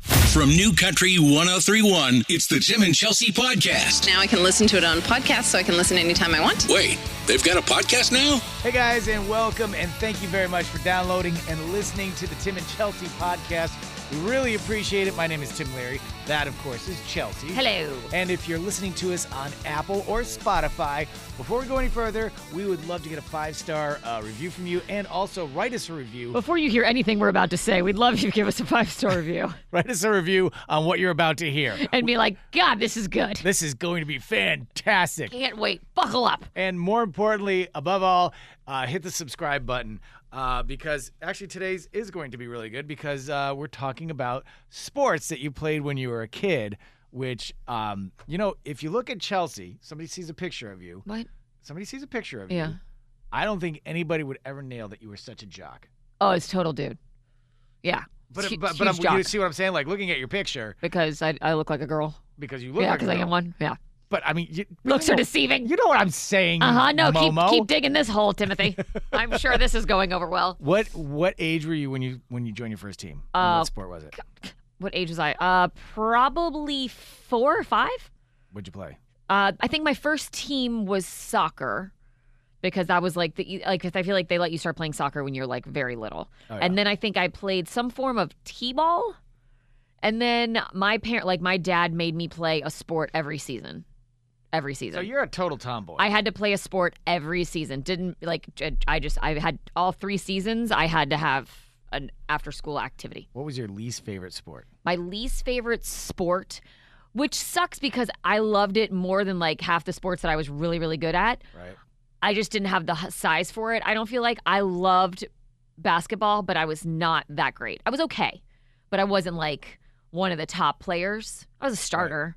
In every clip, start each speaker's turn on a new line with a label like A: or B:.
A: From New Country 1031, it's the Tim and Chelsea Podcast.
B: Now I can listen to it on podcast, so I can listen anytime I want.
A: Wait, they've got a podcast now?
C: Hey guys, and welcome, and thank you very much for downloading and listening to the Tim and Chelsea podcast. We really appreciate it. My name is Tim Leary. That, of course, is Chelsea.
B: Hello.
C: And if you're listening to us on Apple or Spotify, before we go any further, we would love to get a five star uh, review from you and also write us a review.
D: Before you hear anything we're about to say, we'd love if you give us a five star review
C: write us a review on what you're about to hear.
D: and be like, God, this is good.
C: This is going to be fantastic.
D: Can't wait. Buckle up.
C: And more importantly, above all, uh, hit the subscribe button uh, because actually today's is going to be really good because uh, we're talking about sports that you played when you were a kid. Which, um, you know, if you look at Chelsea, somebody sees a picture of you.
D: What?
C: Somebody sees a picture of
D: Yeah.
C: you. I don't think anybody would ever nail that you were such a jock.
D: Oh, it's total dude. Yeah.
C: But
D: Hu-
C: but,
D: huge
C: but I'm-
D: jock
C: you see what I'm saying? Like looking at your picture
D: because I, I look like a girl.
C: because you look
D: yeah,
C: like a
D: because I
C: girl.
D: am one. Yeah.
C: But I mean, you,
D: Looks
C: you
D: are
C: know-
D: deceiving.
C: You know what I'm saying?
D: Uh huh. No, keep
C: Momo?
D: keep digging this hole, Timothy. I'm sure this is going over well.
C: What what age were you when you when you joined your first team? And
D: Uh,
C: what sport was it?
D: What age was I? Uh, probably four or five.
C: What'd you play?
D: Uh, I think my first team was soccer because that was like the e, like 'cause I feel like they let you start playing soccer when you're like very little.
C: Oh,
D: And then I think I played some form of t-ball. And then my parent like my dad made me play a sport every season. Every season.
C: So you're a total tomboy.
D: I had to play a sport every season. Didn't like j- I just I had all 3 seasons I had to have an after school activity
C: what was your least favorite sport?
D: my least favorite sport, which sucks because I loved it more than like half the sports that I was really, really good at.
C: Right.
D: I just didn't have the h- size for it. I don't feel like I loved basketball, but I was not that great. I was okay, but I wasn't like one of the top players. I was a starter,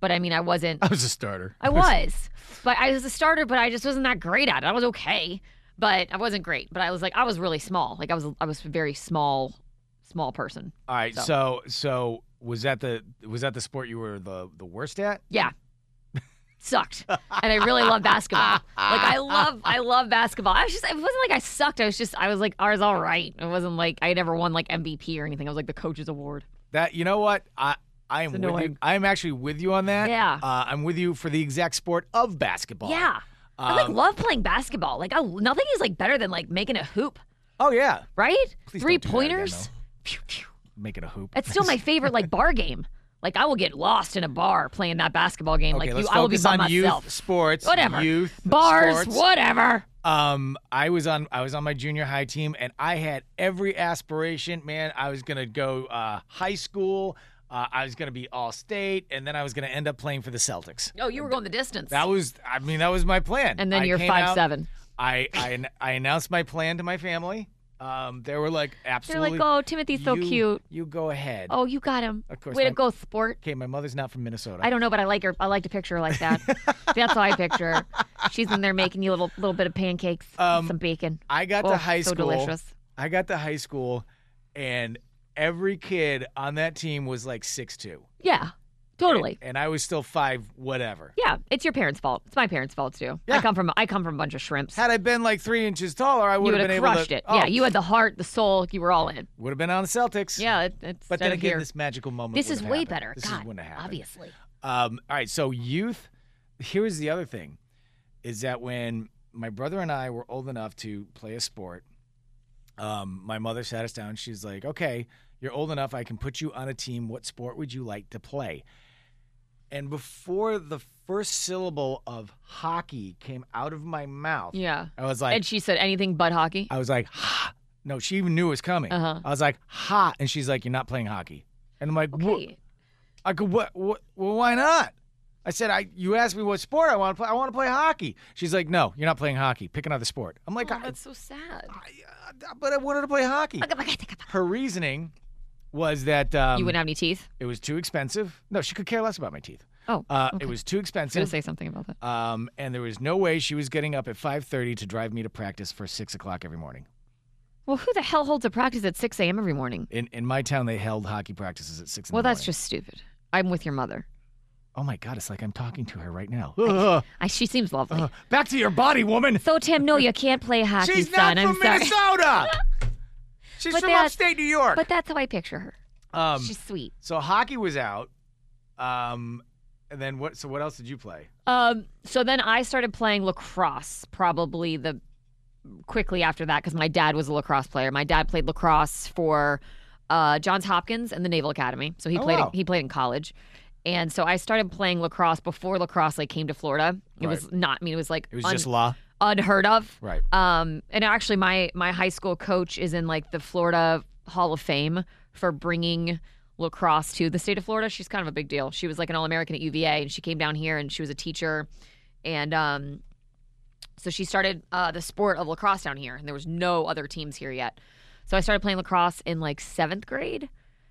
D: but I mean, I wasn't.
C: I was a starter.
D: I was, but I was a starter, but I just wasn't that great at it. I was okay, but I wasn't great. But I was like, I was really small. Like I was, I was a very small, small person.
C: All right.
D: So-
C: So so was that the was that the sport you were the the worst at?
D: Yeah. Sucked. And I really love basketball. Like I love I love basketball. I was just it wasn't like I sucked. I was just I was like ours all right. It wasn't like I never won like MVP or anything. I was like the coach's award.
C: That you know what I. I am
D: It's
C: with you.
D: annoying.
C: I am actually with you on that.
D: Yeah.
C: Uh, I'm with you for the exact sport of basketball.
D: Yeah. I like
C: Um,
D: love playing basketball. Like I, nothing is like better than like making a hoop,
C: Oh yeah.
D: right?
C: Please don't do that
D: Three
C: again,
D: pointers.
C: though.
D: Pew, pew.
C: Making a hoop.
D: It's still my favorite like bar game. Like I will get lost in a bar playing that basketball game.
C: okay.
D: like
C: let's
D: you, I will be
C: focus
D: by
C: on
D: myself.
C: youth sports.
D: whatever.
C: Youth
D: bars,
C: sports.
D: whatever.
C: Um, I was on I was on my junior high team, and I had every aspiration. Man, I was gonna go uh, high school. Uh, I was gonna be all state, and then I was gonna end up playing for the Celtics.
D: No, Oh, you were going the distance.
C: That was, I mean, that was my plan.
D: and then
C: I
D: you're
C: came
D: five
C: out,
D: seven.
C: I, I I announced my plan to my family. Um, they were like,
D: They're
C: absolutely.
D: like, oh, Timothy's so
C: you-
D: cute.
C: You go ahead.
D: Oh, you got him.
C: Of course,
D: Way
C: my-
D: to go, sport.
C: Okay, my mother's not from Minnesota.
D: I don't know, but I like her. I like to picture her like that. That's how I picture her. She's in there making you a little, little bit of pancakes, and
C: Um,
D: some bacon.
C: I got
D: Oh,
C: to high
D: so
C: school.
D: delicious.
C: I got to high school, and every kid on that team was like six two.
D: Yeah, totally.
C: and I was still five, whatever.
D: Yeah, it's your parents' fault. It's my parents' fault too.
C: Yeah.
D: I come from I come from a bunch of shrimps.
C: Had I been like three inches taller, I
D: you
C: would
D: would
C: have been
D: have crushed
C: able
D: it.
C: to. Oh,
D: Yeah, you had the heart, the soul. You were all in.
C: would have been on the Celtics.
D: Yeah, it, it's.
C: but then
D: out of
C: again,
D: here.
C: this magical moment.
D: This is
C: wouldn't
D: way
C: happen.
D: better.
C: This
D: God,
C: is when it happened.
D: obviously.
C: Um, all right, so youth. Here's the other thing, is that when my brother and I were old enough to play a sport, um, my mother sat us down. She's like, "Okay, you're old enough. I can put you on a team. What sport would you like to play?" And before the first syllable of hockey came out of my mouth,
D: Yeah.
C: I was like,
D: and she said anything but hockey.
C: I was like, ha. No, she even knew it was coming.
D: Uh-huh.
C: I was like, ha. And she's like, you're not playing hockey. And I'm like, what?
D: okay.
C: I go, what, what? Well, why not? I said, I. You asked me what sport I want to play. I want to play hockey. She's like, no, you're not playing hockey. Pick another sport. I'm like,
D: Oh,
C: I-
D: that's so sad.
C: I- uh, but I wanted to play hockey. Her reasoning was that um,
D: you wouldn't have any teeth.
C: it was too expensive. No, she could care less about my teeth.
D: Oh,
C: Uh,
D: okay.
C: It was too
D: I was gonna
C: expensive.
D: say something about that.
C: um, and there was no way she was getting up at 5:30 to drive me to practice for six o'clock every morning.
D: Well, who the hell holds a practice at 6 a.m. every morning?
C: In in my town, they held hockey practices at six. in
D: Well,
C: the
D: that's
C: morning.
D: just stupid. I'm with your mother.
C: Oh my God, it's like I'm talking to her right now.
D: I, she seems lovely.
C: Ugh, back to your body, woman.
D: so, Tim, no, you can't play hockey,
C: She's
D: son.
C: not
D: I'm
C: from
D: sorry.
C: Minnesota. She's
D: But
C: from
D: that-
C: upstate New York.
D: But that's how I picture her.
C: Um,
D: She's sweet.
C: so hockey was out. Um, and then what? So what else did you play?
D: Um, so then I started playing lacrosse probably the quickly after that because my dad was a lacrosse player. My dad played lacrosse for uh, Johns Hopkins and the Naval Academy, so he
C: Oh,
D: played
C: wow.
D: he played in college. And so I started playing lacrosse before lacrosse like came to Florida. It was not. I mean, it was like
C: It was
D: un-
C: just law.
D: unheard of.
C: Right.
D: Um, and actually, my my high school coach is in like the Florida Hall of Fame for bringing lacrosse to the state of Florida. She's kind of a big deal. She was like an All American at UVA, and she came down here and she was a teacher, and um, so she started uh, the sport of lacrosse down here, and there was no other teams here yet. So I started playing lacrosse in like seventh grade.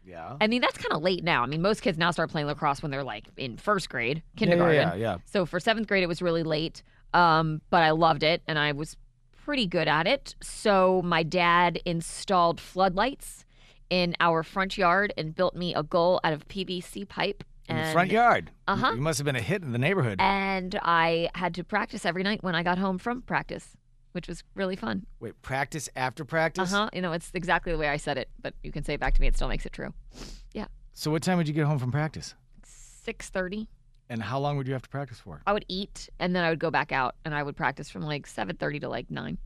C: Yeah.
D: I mean, that's kind of late now. I mean, most kids now start playing lacrosse when they're like in first grade,
C: Yeah,
D: kindergarten.
C: Yeah, yeah, yeah.
D: So for seventh grade, it was really late, um, but I loved it and I was pretty good at it. So my dad installed floodlights in our front yard and built me a goal out of PVC pipe.
C: In
D: And,
C: the front yard.
D: Uh-huh.
C: You must have been a hit in the neighborhood.
D: and I had to practice every night when I got home from practice, which was really fun.
C: Wait, practice after practice.
D: Uh huh. You know, it's exactly the way I said it, but you can say it back to me. It still makes it true.
C: So what time would you get home from practice?
D: Six thirty.
C: And how long would you have to practice for?
D: I would eat and then I would go back out and I would practice from like seven thirty to like nine.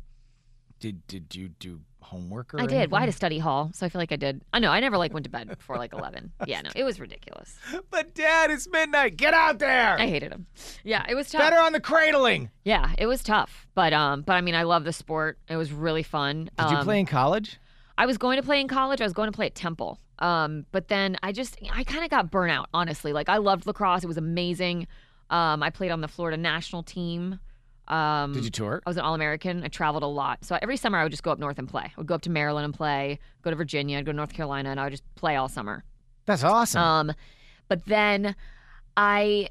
C: Did did you do homework or
D: I did. Well, I
C: Why?
D: had a study hall, so I feel like I did. I know I never like went to bed before like eleven. Yeah, no, it was ridiculous.
C: But dad, it's midnight. Get out there.
D: I hated him. Yeah, it was tough.
C: Better on the cradling.
D: Yeah, it was tough. But um, but I mean, I love the sport. It was really fun.
C: Did you
D: Um,
C: play in college?
D: I was going to play in college. I was going to play at Temple. Um, but then I just I kind of got burnout. Honestly, like I loved lacrosse. It was amazing. Um, I played on the Florida national team. Um,
C: Did you tour?
D: I was an All American. I traveled a lot. So every summer I would just go up north and play. I would go up to Maryland and play, go to Virginia, I'd go to North Carolina, and I would just play all summer.
C: That's awesome.
D: Um, but then I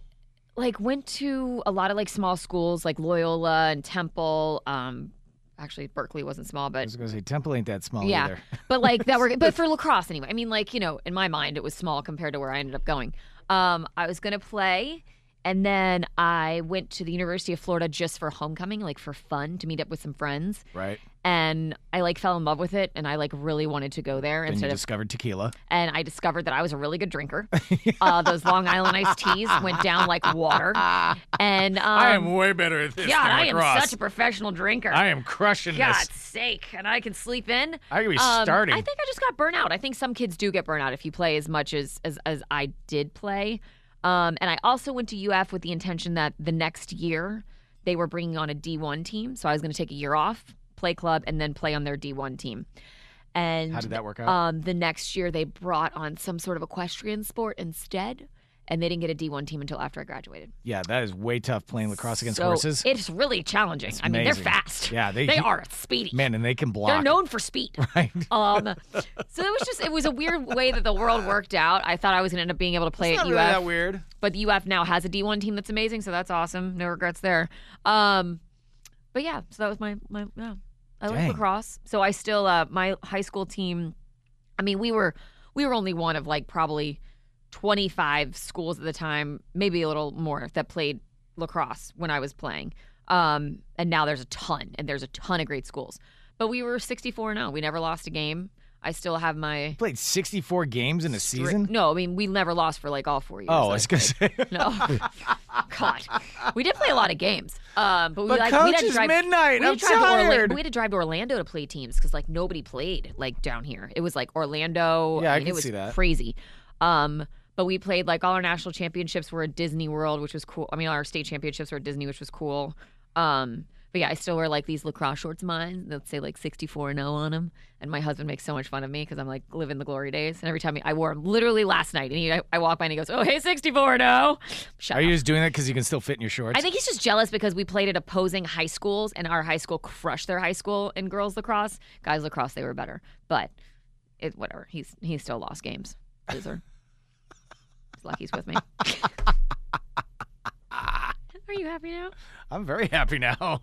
D: like went to a lot of like small schools like Loyola and Temple. Um, actually Berkeley wasn't small,
C: I
D: but
C: was gonna say Temple ain't that small
D: Yeah.
C: either.
D: but like that were but for lacrosse anyway. I mean, like you know, in my mind it was small compared to where I ended up going. Um, I was gonna play. And then I went to the University of Florida just for homecoming, like for fun, to meet up with some friends.
C: Right.
D: And I like fell in love with it, and I like really wanted to go there
C: And you
D: instead of
C: discovered tequila.
D: and I discovered that I was a really good drinker. uh, those Long Island iced teas went down like water. And um,
C: I am way better at this.
D: God,
C: than
D: I am
C: lacrosse.
D: such a professional drinker.
C: I am crushing
D: God's
C: this.
D: sake, and I can sleep in.
C: I could be
D: Um,
C: starting.
D: I think I just got burnout. I think some kids do get burnout if you play as much as as, as I did play. Um, and I also went to UF with the intention that the next year they were bringing on a D1 team, so I was going to take a year off, play club, and then play on their D1 team. And
C: How did that work out?
D: um, the next year they brought on some sort of equestrian sport instead, and they didn't get a D1 team until after I graduated.
C: yeah, that is way tough playing lacrosse against
D: so
C: horses.
D: It's really challenging. I mean, they're
C: amazing.
D: fast.
C: Yeah, they-
D: they are speedy.
C: Man, and they can block.
D: They're known for speed.
C: Right.
D: Um, so it was just it was a weird way that the world worked out. I thought I was gonna end up being able to play
C: It's
D: at
C: not really
D: UF,
C: that weird.
D: but the UF now has a D1 team that's amazing, so that's awesome. No regrets there. Um, but yeah, so that was my my yeah. I like
C: Dang.
D: lacrosse, so I still uh my high school team. I mean, we were we were only one of like probably twenty five schools at the time, maybe a little more that played lacrosse when I was playing. Um, and now there's a ton, and there's a ton of great schools. But we were 64 and 0. We never lost a game. I still have my
C: Played 64 games in a season.
D: No, I mean we never lost for like all four years.
C: oh, I
D: I
C: was gonna say.
D: no. God. We did play a lot of games. Um, but we
C: But
D: like
C: coach,
D: we had to
C: it's
D: drive
C: midnight.
D: We had,
C: I'm
D: to drive to Orla-
C: tired.
D: we had to drive to Orlando to play teams because like nobody played like down here. It was like Orlando.
C: Yeah, I
D: mean,
C: can
D: it was
C: see that.
D: crazy. Um, but we played like all our national championships were at Disney World, which was cool. I mean, our state championships were at Disney, which was cool. Um, but yeah, I still wear like these lacrosse shorts of mine that say like 64 and 0 on them. And my husband makes so much fun of me because I'm like living the glory days. And every time he, I wore them literally last night, and he, I, I walk by and he goes, "Oh, hey, 64 and 0." Shut
C: Are
D: up.
C: you just doing that because you can still fit in your shorts?
D: I think he's just jealous because we played at opposing high schools, and our high school crushed their high school in girls lacrosse. Guys lacrosse, they were better, but it whatever. He's he still lost games. Loser. he's lucky he's with me. Are you happy now?
C: I'm very happy now.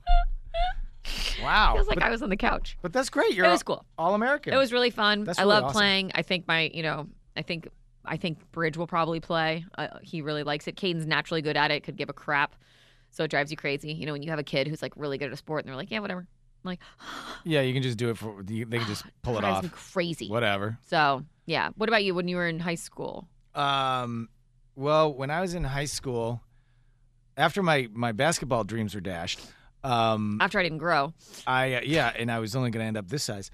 C: wow.
D: Feels like
C: but,
D: I was on the couch.
C: but that's great. You're
D: It was cool.
C: all American.
D: It was really fun.
C: That's
D: I
C: really
D: love
C: awesome.
D: playing. I think my, you know, I think I think Bridge will probably play. Uh, he really likes it. Caden's naturally good at it. Could give a crap, so it drives you crazy. You know, when you have a kid who's like really good at a sport, and they're like, yeah, whatever. Like
C: Yeah, you can just do it for you- they can just pull it
D: drives me
C: off.
D: crazy.
C: Whatever.
D: So yeah. What about you when you were in high school?
C: Um, well, when I was in high school, after my my basketball dreams were dashed, um,
D: After I didn't grow.
C: I uh, yeah, and I was only going to end up this size.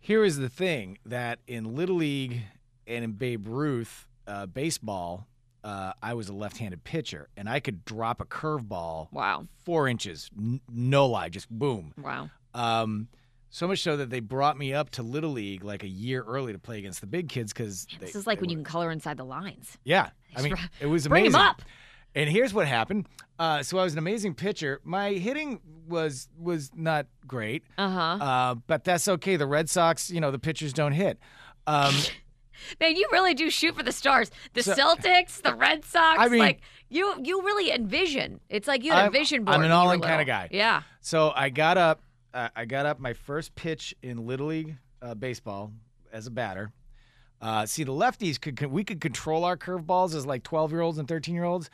C: Here is the thing that in Little League and in Babe Ruth uh, baseball, uh, I was a left-handed pitcher, and I could drop a curveball
D: Wow.
C: four inches, n- no lie, just boom.
D: Wow.
C: Um, so much so that they brought me up to Little League like a year early to play against the big kids because
D: This is like when you can color inside the lines.
C: yeah, I
D: Just
C: mean,
D: br-
C: it was amazing.
D: bring 'em up.
C: And here's what happened. Uh, so I was an amazing pitcher. My hitting was was not great,
D: Uh huh.
C: uh, but that's okay. The Red Sox, you know, the pitchers don't hit. Um,
D: Man, you really do shoot for the stars. The Celtics, the Red Sox.
C: I mean-
D: like you, you really envision. It's like you had a
C: I'm-
D: vision board.
C: I'm an
D: when you were
C: all-in kinda
D: little.
C: guy.
D: Yeah.
C: so I got up. Uh, I got up my first pitch in Little League uh, baseball as a batter. Uh, see, the lefties could, could we could control our curveballs as like 12 year olds and 13 year olds.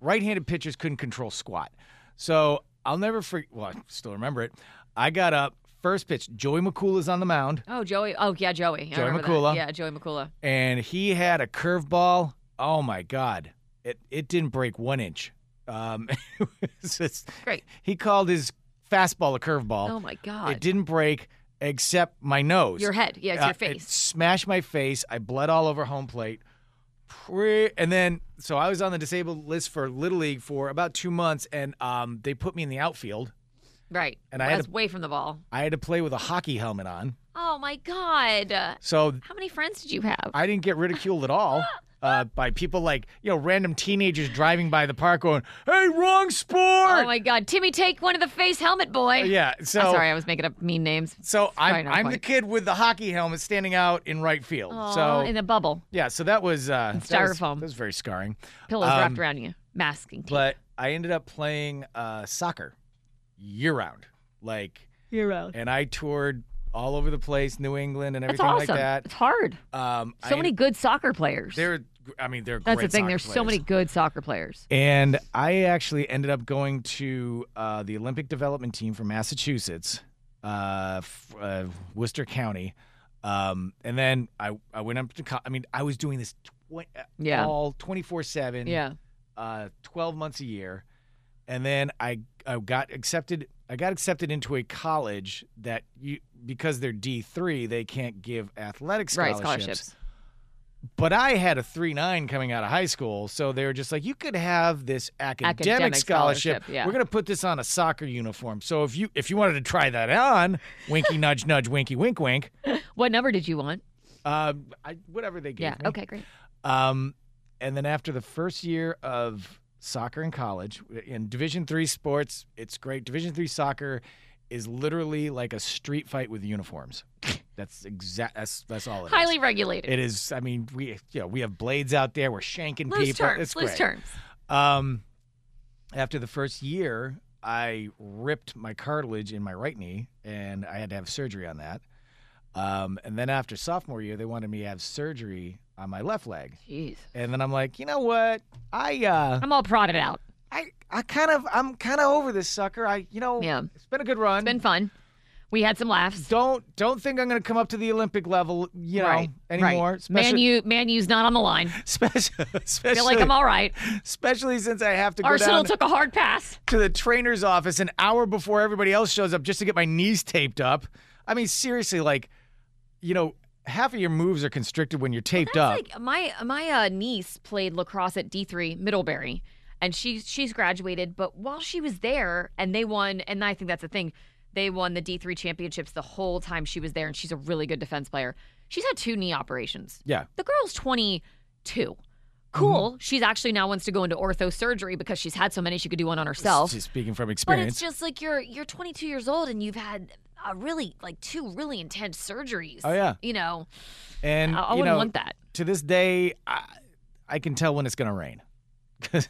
C: Right-handed pitchers couldn't control squat. So I'll never forget. Well, I still remember it. I got up first pitch. Joey McCool is on the mound.
D: Oh, Joey. Oh, yeah, Joey. I
C: Joey
D: remember that.
C: McCullough.
D: Yeah, Joey McCullough.
C: and he had a curveball. Oh my God. It it didn't break one inch. Um, it was just-
D: Great.
C: he called his fastball a
D: Oh
C: curveball.
D: my God.
C: it didn't break except my nose.
D: Your head. Yeah, it's
C: Uh,
D: your
C: It
D: face.
C: smashed my face. I bled all over home plate. Pre- And then, so I was on the disabled list for Little League for about two months, and um, they put me in the outfield.
D: right.
C: and I had
D: That's
C: to-
D: way from the ball.
C: I had to play with a hockey helmet on.
D: Oh my God.
C: So
D: How many friends did you have?
C: I didn't get ridiculed at all uh, by people like you know random teenagers driving by the park going, "Hey, wrong sport!" Uh,
D: oh my God. Timmy, take one of the face helmet boy.
C: yeah, so
D: I'm sorry, I was making up mean names.
C: so
D: Fine,
C: I'm
D: no
C: I'm the
D: point.
C: kid with the hockey helmet standing out in right field.
D: Aw,
C: so
D: in the bubble,
C: yeah, so that was uh, that was- That
D: styrofoam.
C: was, very scarring.
D: pillows
C: Um,
D: wrapped around you, masking tape.
C: But I ended up playing uh, soccer year round, like
D: You're out.
C: and I toured all over the place, New England and
D: That's
C: everything
D: awesome.
C: like that.
D: It's hard.
C: Um,
D: So
C: I
D: many good soccer players.
C: They're, I mean, they're
D: That's
C: great
D: the thing.
C: soccer
D: There's so
C: players.
D: many good soccer players.
C: And I actually ended up going to uh, the Olympic development team from Massachusetts, uh, f- uh, Worcester County. Um, and then I, I went up to, co- I mean, I was doing this tw-
D: Yeah.
C: all 24 7,
D: Yeah.
C: uh, 12 months a year. And then I, I got accepted. I got accepted into a college that you because they're D three, they can't give athletic
D: Right.
C: scholarships.
D: Scholarships.
C: But I had a three nine coming out of high school, so they were just like, "You could have this academic,
D: Academic
C: scholarship.
D: scholarship, yeah.
C: We're going to put this on a soccer uniform. So if you if you wanted to try that on, winky nudge nudge, winky wink wink,
D: What number did you want?
C: um, I, whatever they gave
D: Yeah.
C: me.
D: Okay. Great.
C: Um, and then after the first year of soccer in college in Division three sports, it's great. Division three soccer is literally like a street fight with uniforms. That's exact. That's that's all it is.
D: Highly regulated.
C: It is. I mean, we you know we have blades out there. We're shanking
D: loose
C: people.
D: terms.
C: It's
D: loose
C: great.
D: terms.
C: Um, after the first year, I ripped my cartilage in my right knee, and I had to have surgery on that. Um, and then after sophomore year, they wanted me to have surgery on my left leg.
D: Jeez.
C: And then I'm like, you know what? I uh,
D: I'm all prodded out.
C: I I kind of I'm kind of over this sucker. I you know
D: Yeah.
C: it's been a good run.
D: It's been fun. We had some laughs.
C: don't don't think I'm going to come up to the Olympic level, you know,
D: right.
C: anymore.
D: Right. Man, you man, you's not on the line.
C: especially, especially
D: Feel like I'm all right.
C: especially since I have to go
D: Arsenal
C: down
D: took a hard pass.
C: to the trainer's office an hour before everybody else shows up just to get my knees taped up. I mean, seriously, like, you know, half of your moves are constricted when you're taped up.
D: Like my my uh, niece played lacrosse at D three Middlebury, and she she's graduated. But while she was there, and they won, and I think that's the thing, they won the D three championships the whole time she was there, and she's a really good defense player. She's had two knee operations.
C: yeah. Mm-hmm.
D: The girl's twenty two. Cool. She's actually now wants to go into ortho surgery because she's had so many she could do one on herself.
C: Just speaking from
D: But it's
C: experience.
D: just like you're you're 22 years old and you've had a really like two really intense surgeries.
C: Oh, yeah.
D: You know,
C: and
D: I, I
C: you
D: wouldn't
C: know,
D: want that.
C: to this day, I, I can tell when it's going to rain because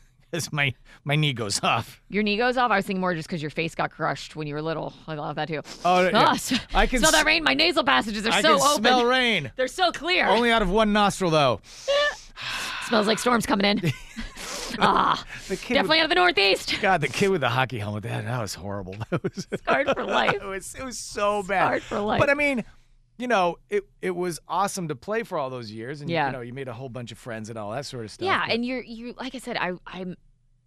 C: my, my knee goes off.
D: Your knee goes off. I was thinking more just because your face got crushed when you were little. I love that too.
C: Oh, yeah.
D: Ah, s-
C: I can
D: smell
C: s-
D: that rain. My nasal passages are
C: I
D: so
C: can
D: open.
C: smell rain.
D: They're so clear.
C: Only out of one nostril, though.
D: Smells like storms coming in. ah,
C: The kid
D: definitely out of the Northeast.
C: With, God, the kid with the hockey helmet. That, that was horrible. That was,
D: Scarred for life.
C: it was it was so bad.
D: Scarred for life.
C: But I mean, you know, it it was awesome to play for all those years, and
D: Yeah.
C: you know, you made a whole bunch of friends and all that sort of stuff.
D: Yeah,
C: but-
D: and you're you like I said, I I'm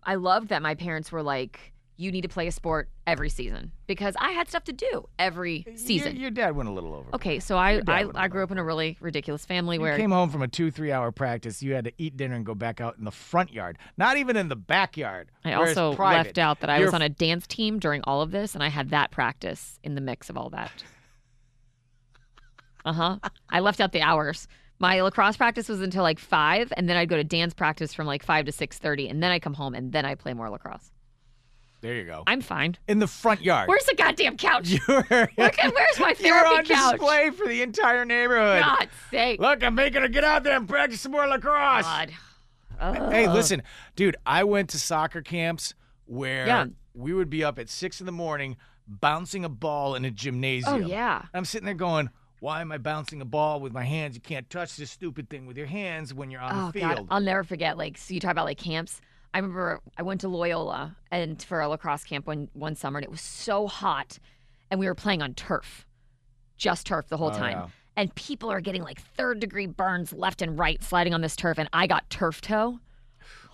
D: I loved that my parents were like, you need to play a sport every season because I had stuff to do every
C: Your-
D: season.
C: Your, dad went a little over.
D: okay, so I
C: your dad
D: I,
C: would've
D: I grew up in a really ridiculous family
C: You
D: where
C: came home from a two, three hour practice. You had to eat dinner and go back out in the front yard, not even in the backyard.
D: I
C: where it's
D: also
C: private.
D: left out that I was
C: Your-
D: on a dance team during all of this, and I had that practice in the mix of all that. Uh huh. I left out the hours. My lacrosse practice was until like five, and then I'd go to dance practice from like five to six thirty, and then I come home and then I play more lacrosse.
C: There you go.
D: I'm fine.
C: in the front yard.
D: Where's the goddamn couch?
C: You're,
D: Look at- where's my
C: you're
D: therapy
C: on
D: couch?
C: display for the entire neighborhood.
D: God's sake.
C: Look, I'm making her get out there and practice some more lacrosse.
D: God. Oh,
C: Hey, listen, dude, I went to soccer camps where
D: Yeah.
C: we would be up at six in the morning bouncing a ball in a gymnasium.
D: Oh yeah.
C: I'm sitting there going, why am I bouncing a ball with my hands? You can't touch this stupid thing with your hands when you're on
D: Oh
C: the field.
D: God. I'll never forget. Like so you talk about like camps. I remember I went to Loyola and for a lacrosse camp one one summer and it was so hot and we were playing on turf. Just turf the whole
C: Oh,
D: time.
C: yeah.
D: And people are getting like third degree burns left and right sliding on this turf and I got turf toe.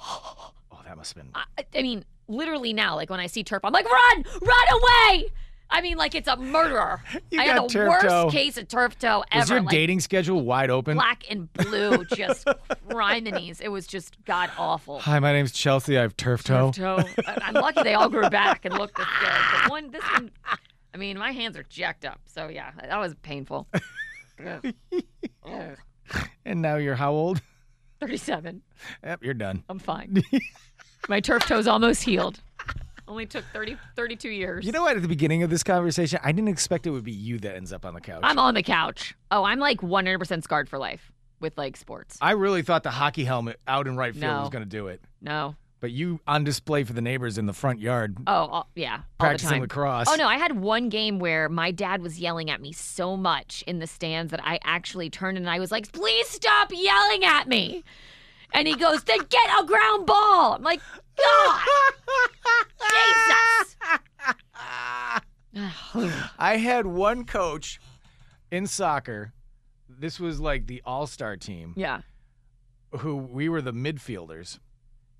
C: Oh, that must have been.
D: I, I mean, literally now, like when I see turf, I'm like, run, run away. I mean, like it's a murderer.
C: You
D: I had
C: got
D: the
C: turf
D: worst
C: toe.
D: case of turf toe ever.
C: Was your
D: like,
C: dating schedule wide open?
D: black and blue, just criminies. It was just god awful.
C: Hi, my name's Chelsea. I have turf toe.
D: Turf toe. I- I'm lucky they all grew back and looked this good. But one, this one, I mean, my hands are jacked up. So yeah, that was painful. Ugh. Ugh.
C: And now you're how old?
D: Thirty-seven.
C: Yep, you're done.
D: I'm fine. My turf toe's almost healed. Only took 30, 32 years.
C: You know what? At the beginning of this conversation, I didn't expect it would be you that ends up on the couch.
D: I'm on the couch. Oh, I'm like 100% scarred for life with like sports.
C: I really thought the hockey helmet out in right field
D: No.
C: was going to do it.
D: No.
C: But you on display for the neighbors in the front yard
D: Oh, all, yeah. All the
C: practicing
D: time.
C: lacrosse.
D: Oh no, I had one game where my dad was yelling at me so much in the stands that I actually turned and I was like, "Please stop yelling at me." And he goes, "Then get a ground ball." I'm like, "God." Jesus.
C: I had one coach in soccer. This was like the all star team
D: yeah.
C: who we were the midfielders.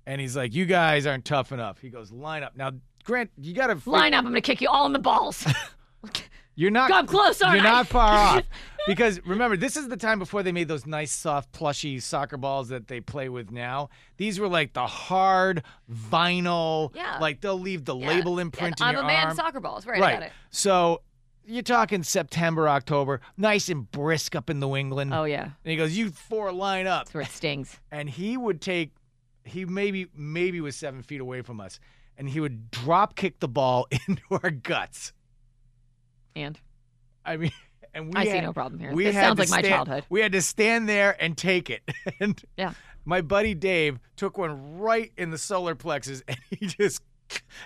C: And he's like, You guys aren't tough enough. He goes, Line up. Now, Grant, you got to.
D: Line up. I'm going to kick you all in the balls.
C: You're not.
D: Come close, aren't
C: You're
D: I?
C: not far off. Because remember, this is the time before they made those nice, soft, plushy soccer balls that they play with now. These were like the hard vinyl.
D: Yeah.
C: Like they'll leave the
D: Yeah.
C: label
D: Yeah,
C: imprint in
D: I'm
C: your
D: a man
C: arm.
D: soccer balls. Right, I got
C: right.
D: it.
C: So you're talking September, October, nice and brisk up in New England.
D: Oh yeah.
C: And he goes, "You four line up,"
D: That's where it stings.
C: and he would take. He maybe maybe was seven feet away from us, and he would drop kick the ball into our guts.
D: And
C: I mean, and we
D: I see
C: had-
D: no problem here.
C: we
D: this
C: had
D: sounds
C: to
D: like my
C: stand-
D: childhood.
C: We had to stand there and take it. and
D: Yeah.
C: my buddy Dave took one right in the solar plexus, and he just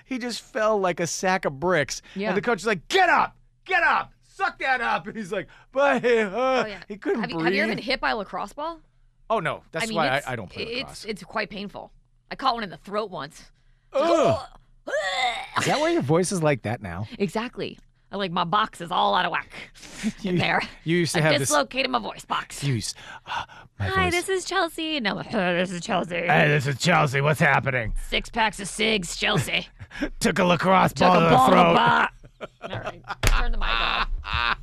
C: he just fell like a sack of bricks.
D: Yeah.
C: And the coach is like, "Get up, get up, suck that up." And he's like, "But uh,
D: Oh, yeah.
C: he couldn't
D: Have you,
C: breathe."
D: have you ever been hit by a lacrosse ball?
C: oh no, that's
D: I mean,
C: why I,
D: it's-
C: I don't play
D: It's
C: lacrosse.
D: it's quite painful. I caught one in the throat once.
C: Ugh. Is that why your voice is like that now?
D: exactly. I like my box is all out of whack in
C: You-
D: there.
C: You used to
D: I
C: have this.
D: dislocated my voice box.
C: You used, uh, my
D: Hi,
C: voice.
D: this is Chelsea. No, this is Chelsea.
C: Hey, this is Chelsea. What's happening?
D: Six packs of cigs, Chelsea.
C: Took a lacrosse
D: Took
C: ball
D: a
C: to the
D: ball
C: throat.
D: to the bar. All right, turn the mic off.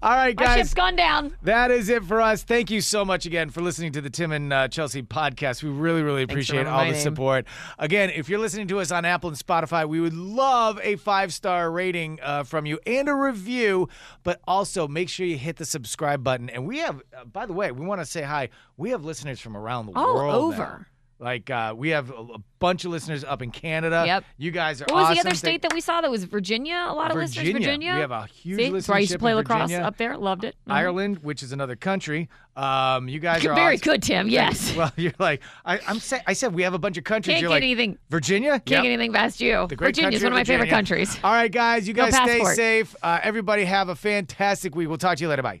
C: All right,
D: My
C: guys.
D: ship's gone down.
C: That is it for us. Thank you so much again for listening to the Tim and uh, Chelsea podcast. We really, really appreciate
D: remembering
C: all
D: my
C: the
D: name.
C: support. Again, if you're listening to us on Apple and Spotify, we would love a five star rating uh, from you and a review. But also make sure you hit the subscribe button. And we have, uh, by the way, we want to say hi. We have listeners from around the
D: All
C: world. now.
D: over.
C: Like uh, we have a, a bunch of listeners up in Canada.
D: Yep.
C: You guys are
D: What was
C: awesome.
D: the other
C: Thank-
D: state that we saw that was Virginia? A lot of listeners, Virginia.
C: We have a huge
D: See, that's where I used
C: listenership
D: to play
C: in
D: lacrosse
C: Virginia.
D: up there. Loved it. Mhm.
C: Ireland, which is another country. Um, you guys are
D: Very
C: awesome.
D: good, Tim. Yes.
C: Well, you're like I, I'm. Say, I said we have a bunch of countries.
D: Can't
C: you're
D: get
C: like
D: anything.
C: Virginia.
D: Can't
C: Yep.
D: get anything past you.
C: The great
D: Virginia's
C: country
D: one of my favorite
C: Virginia.
D: countries.
C: All right, guys. You
D: No
C: guys stay
D: passport.
C: safe. Uh, everybody have a fantastic week. We'll talk to you later. Bye.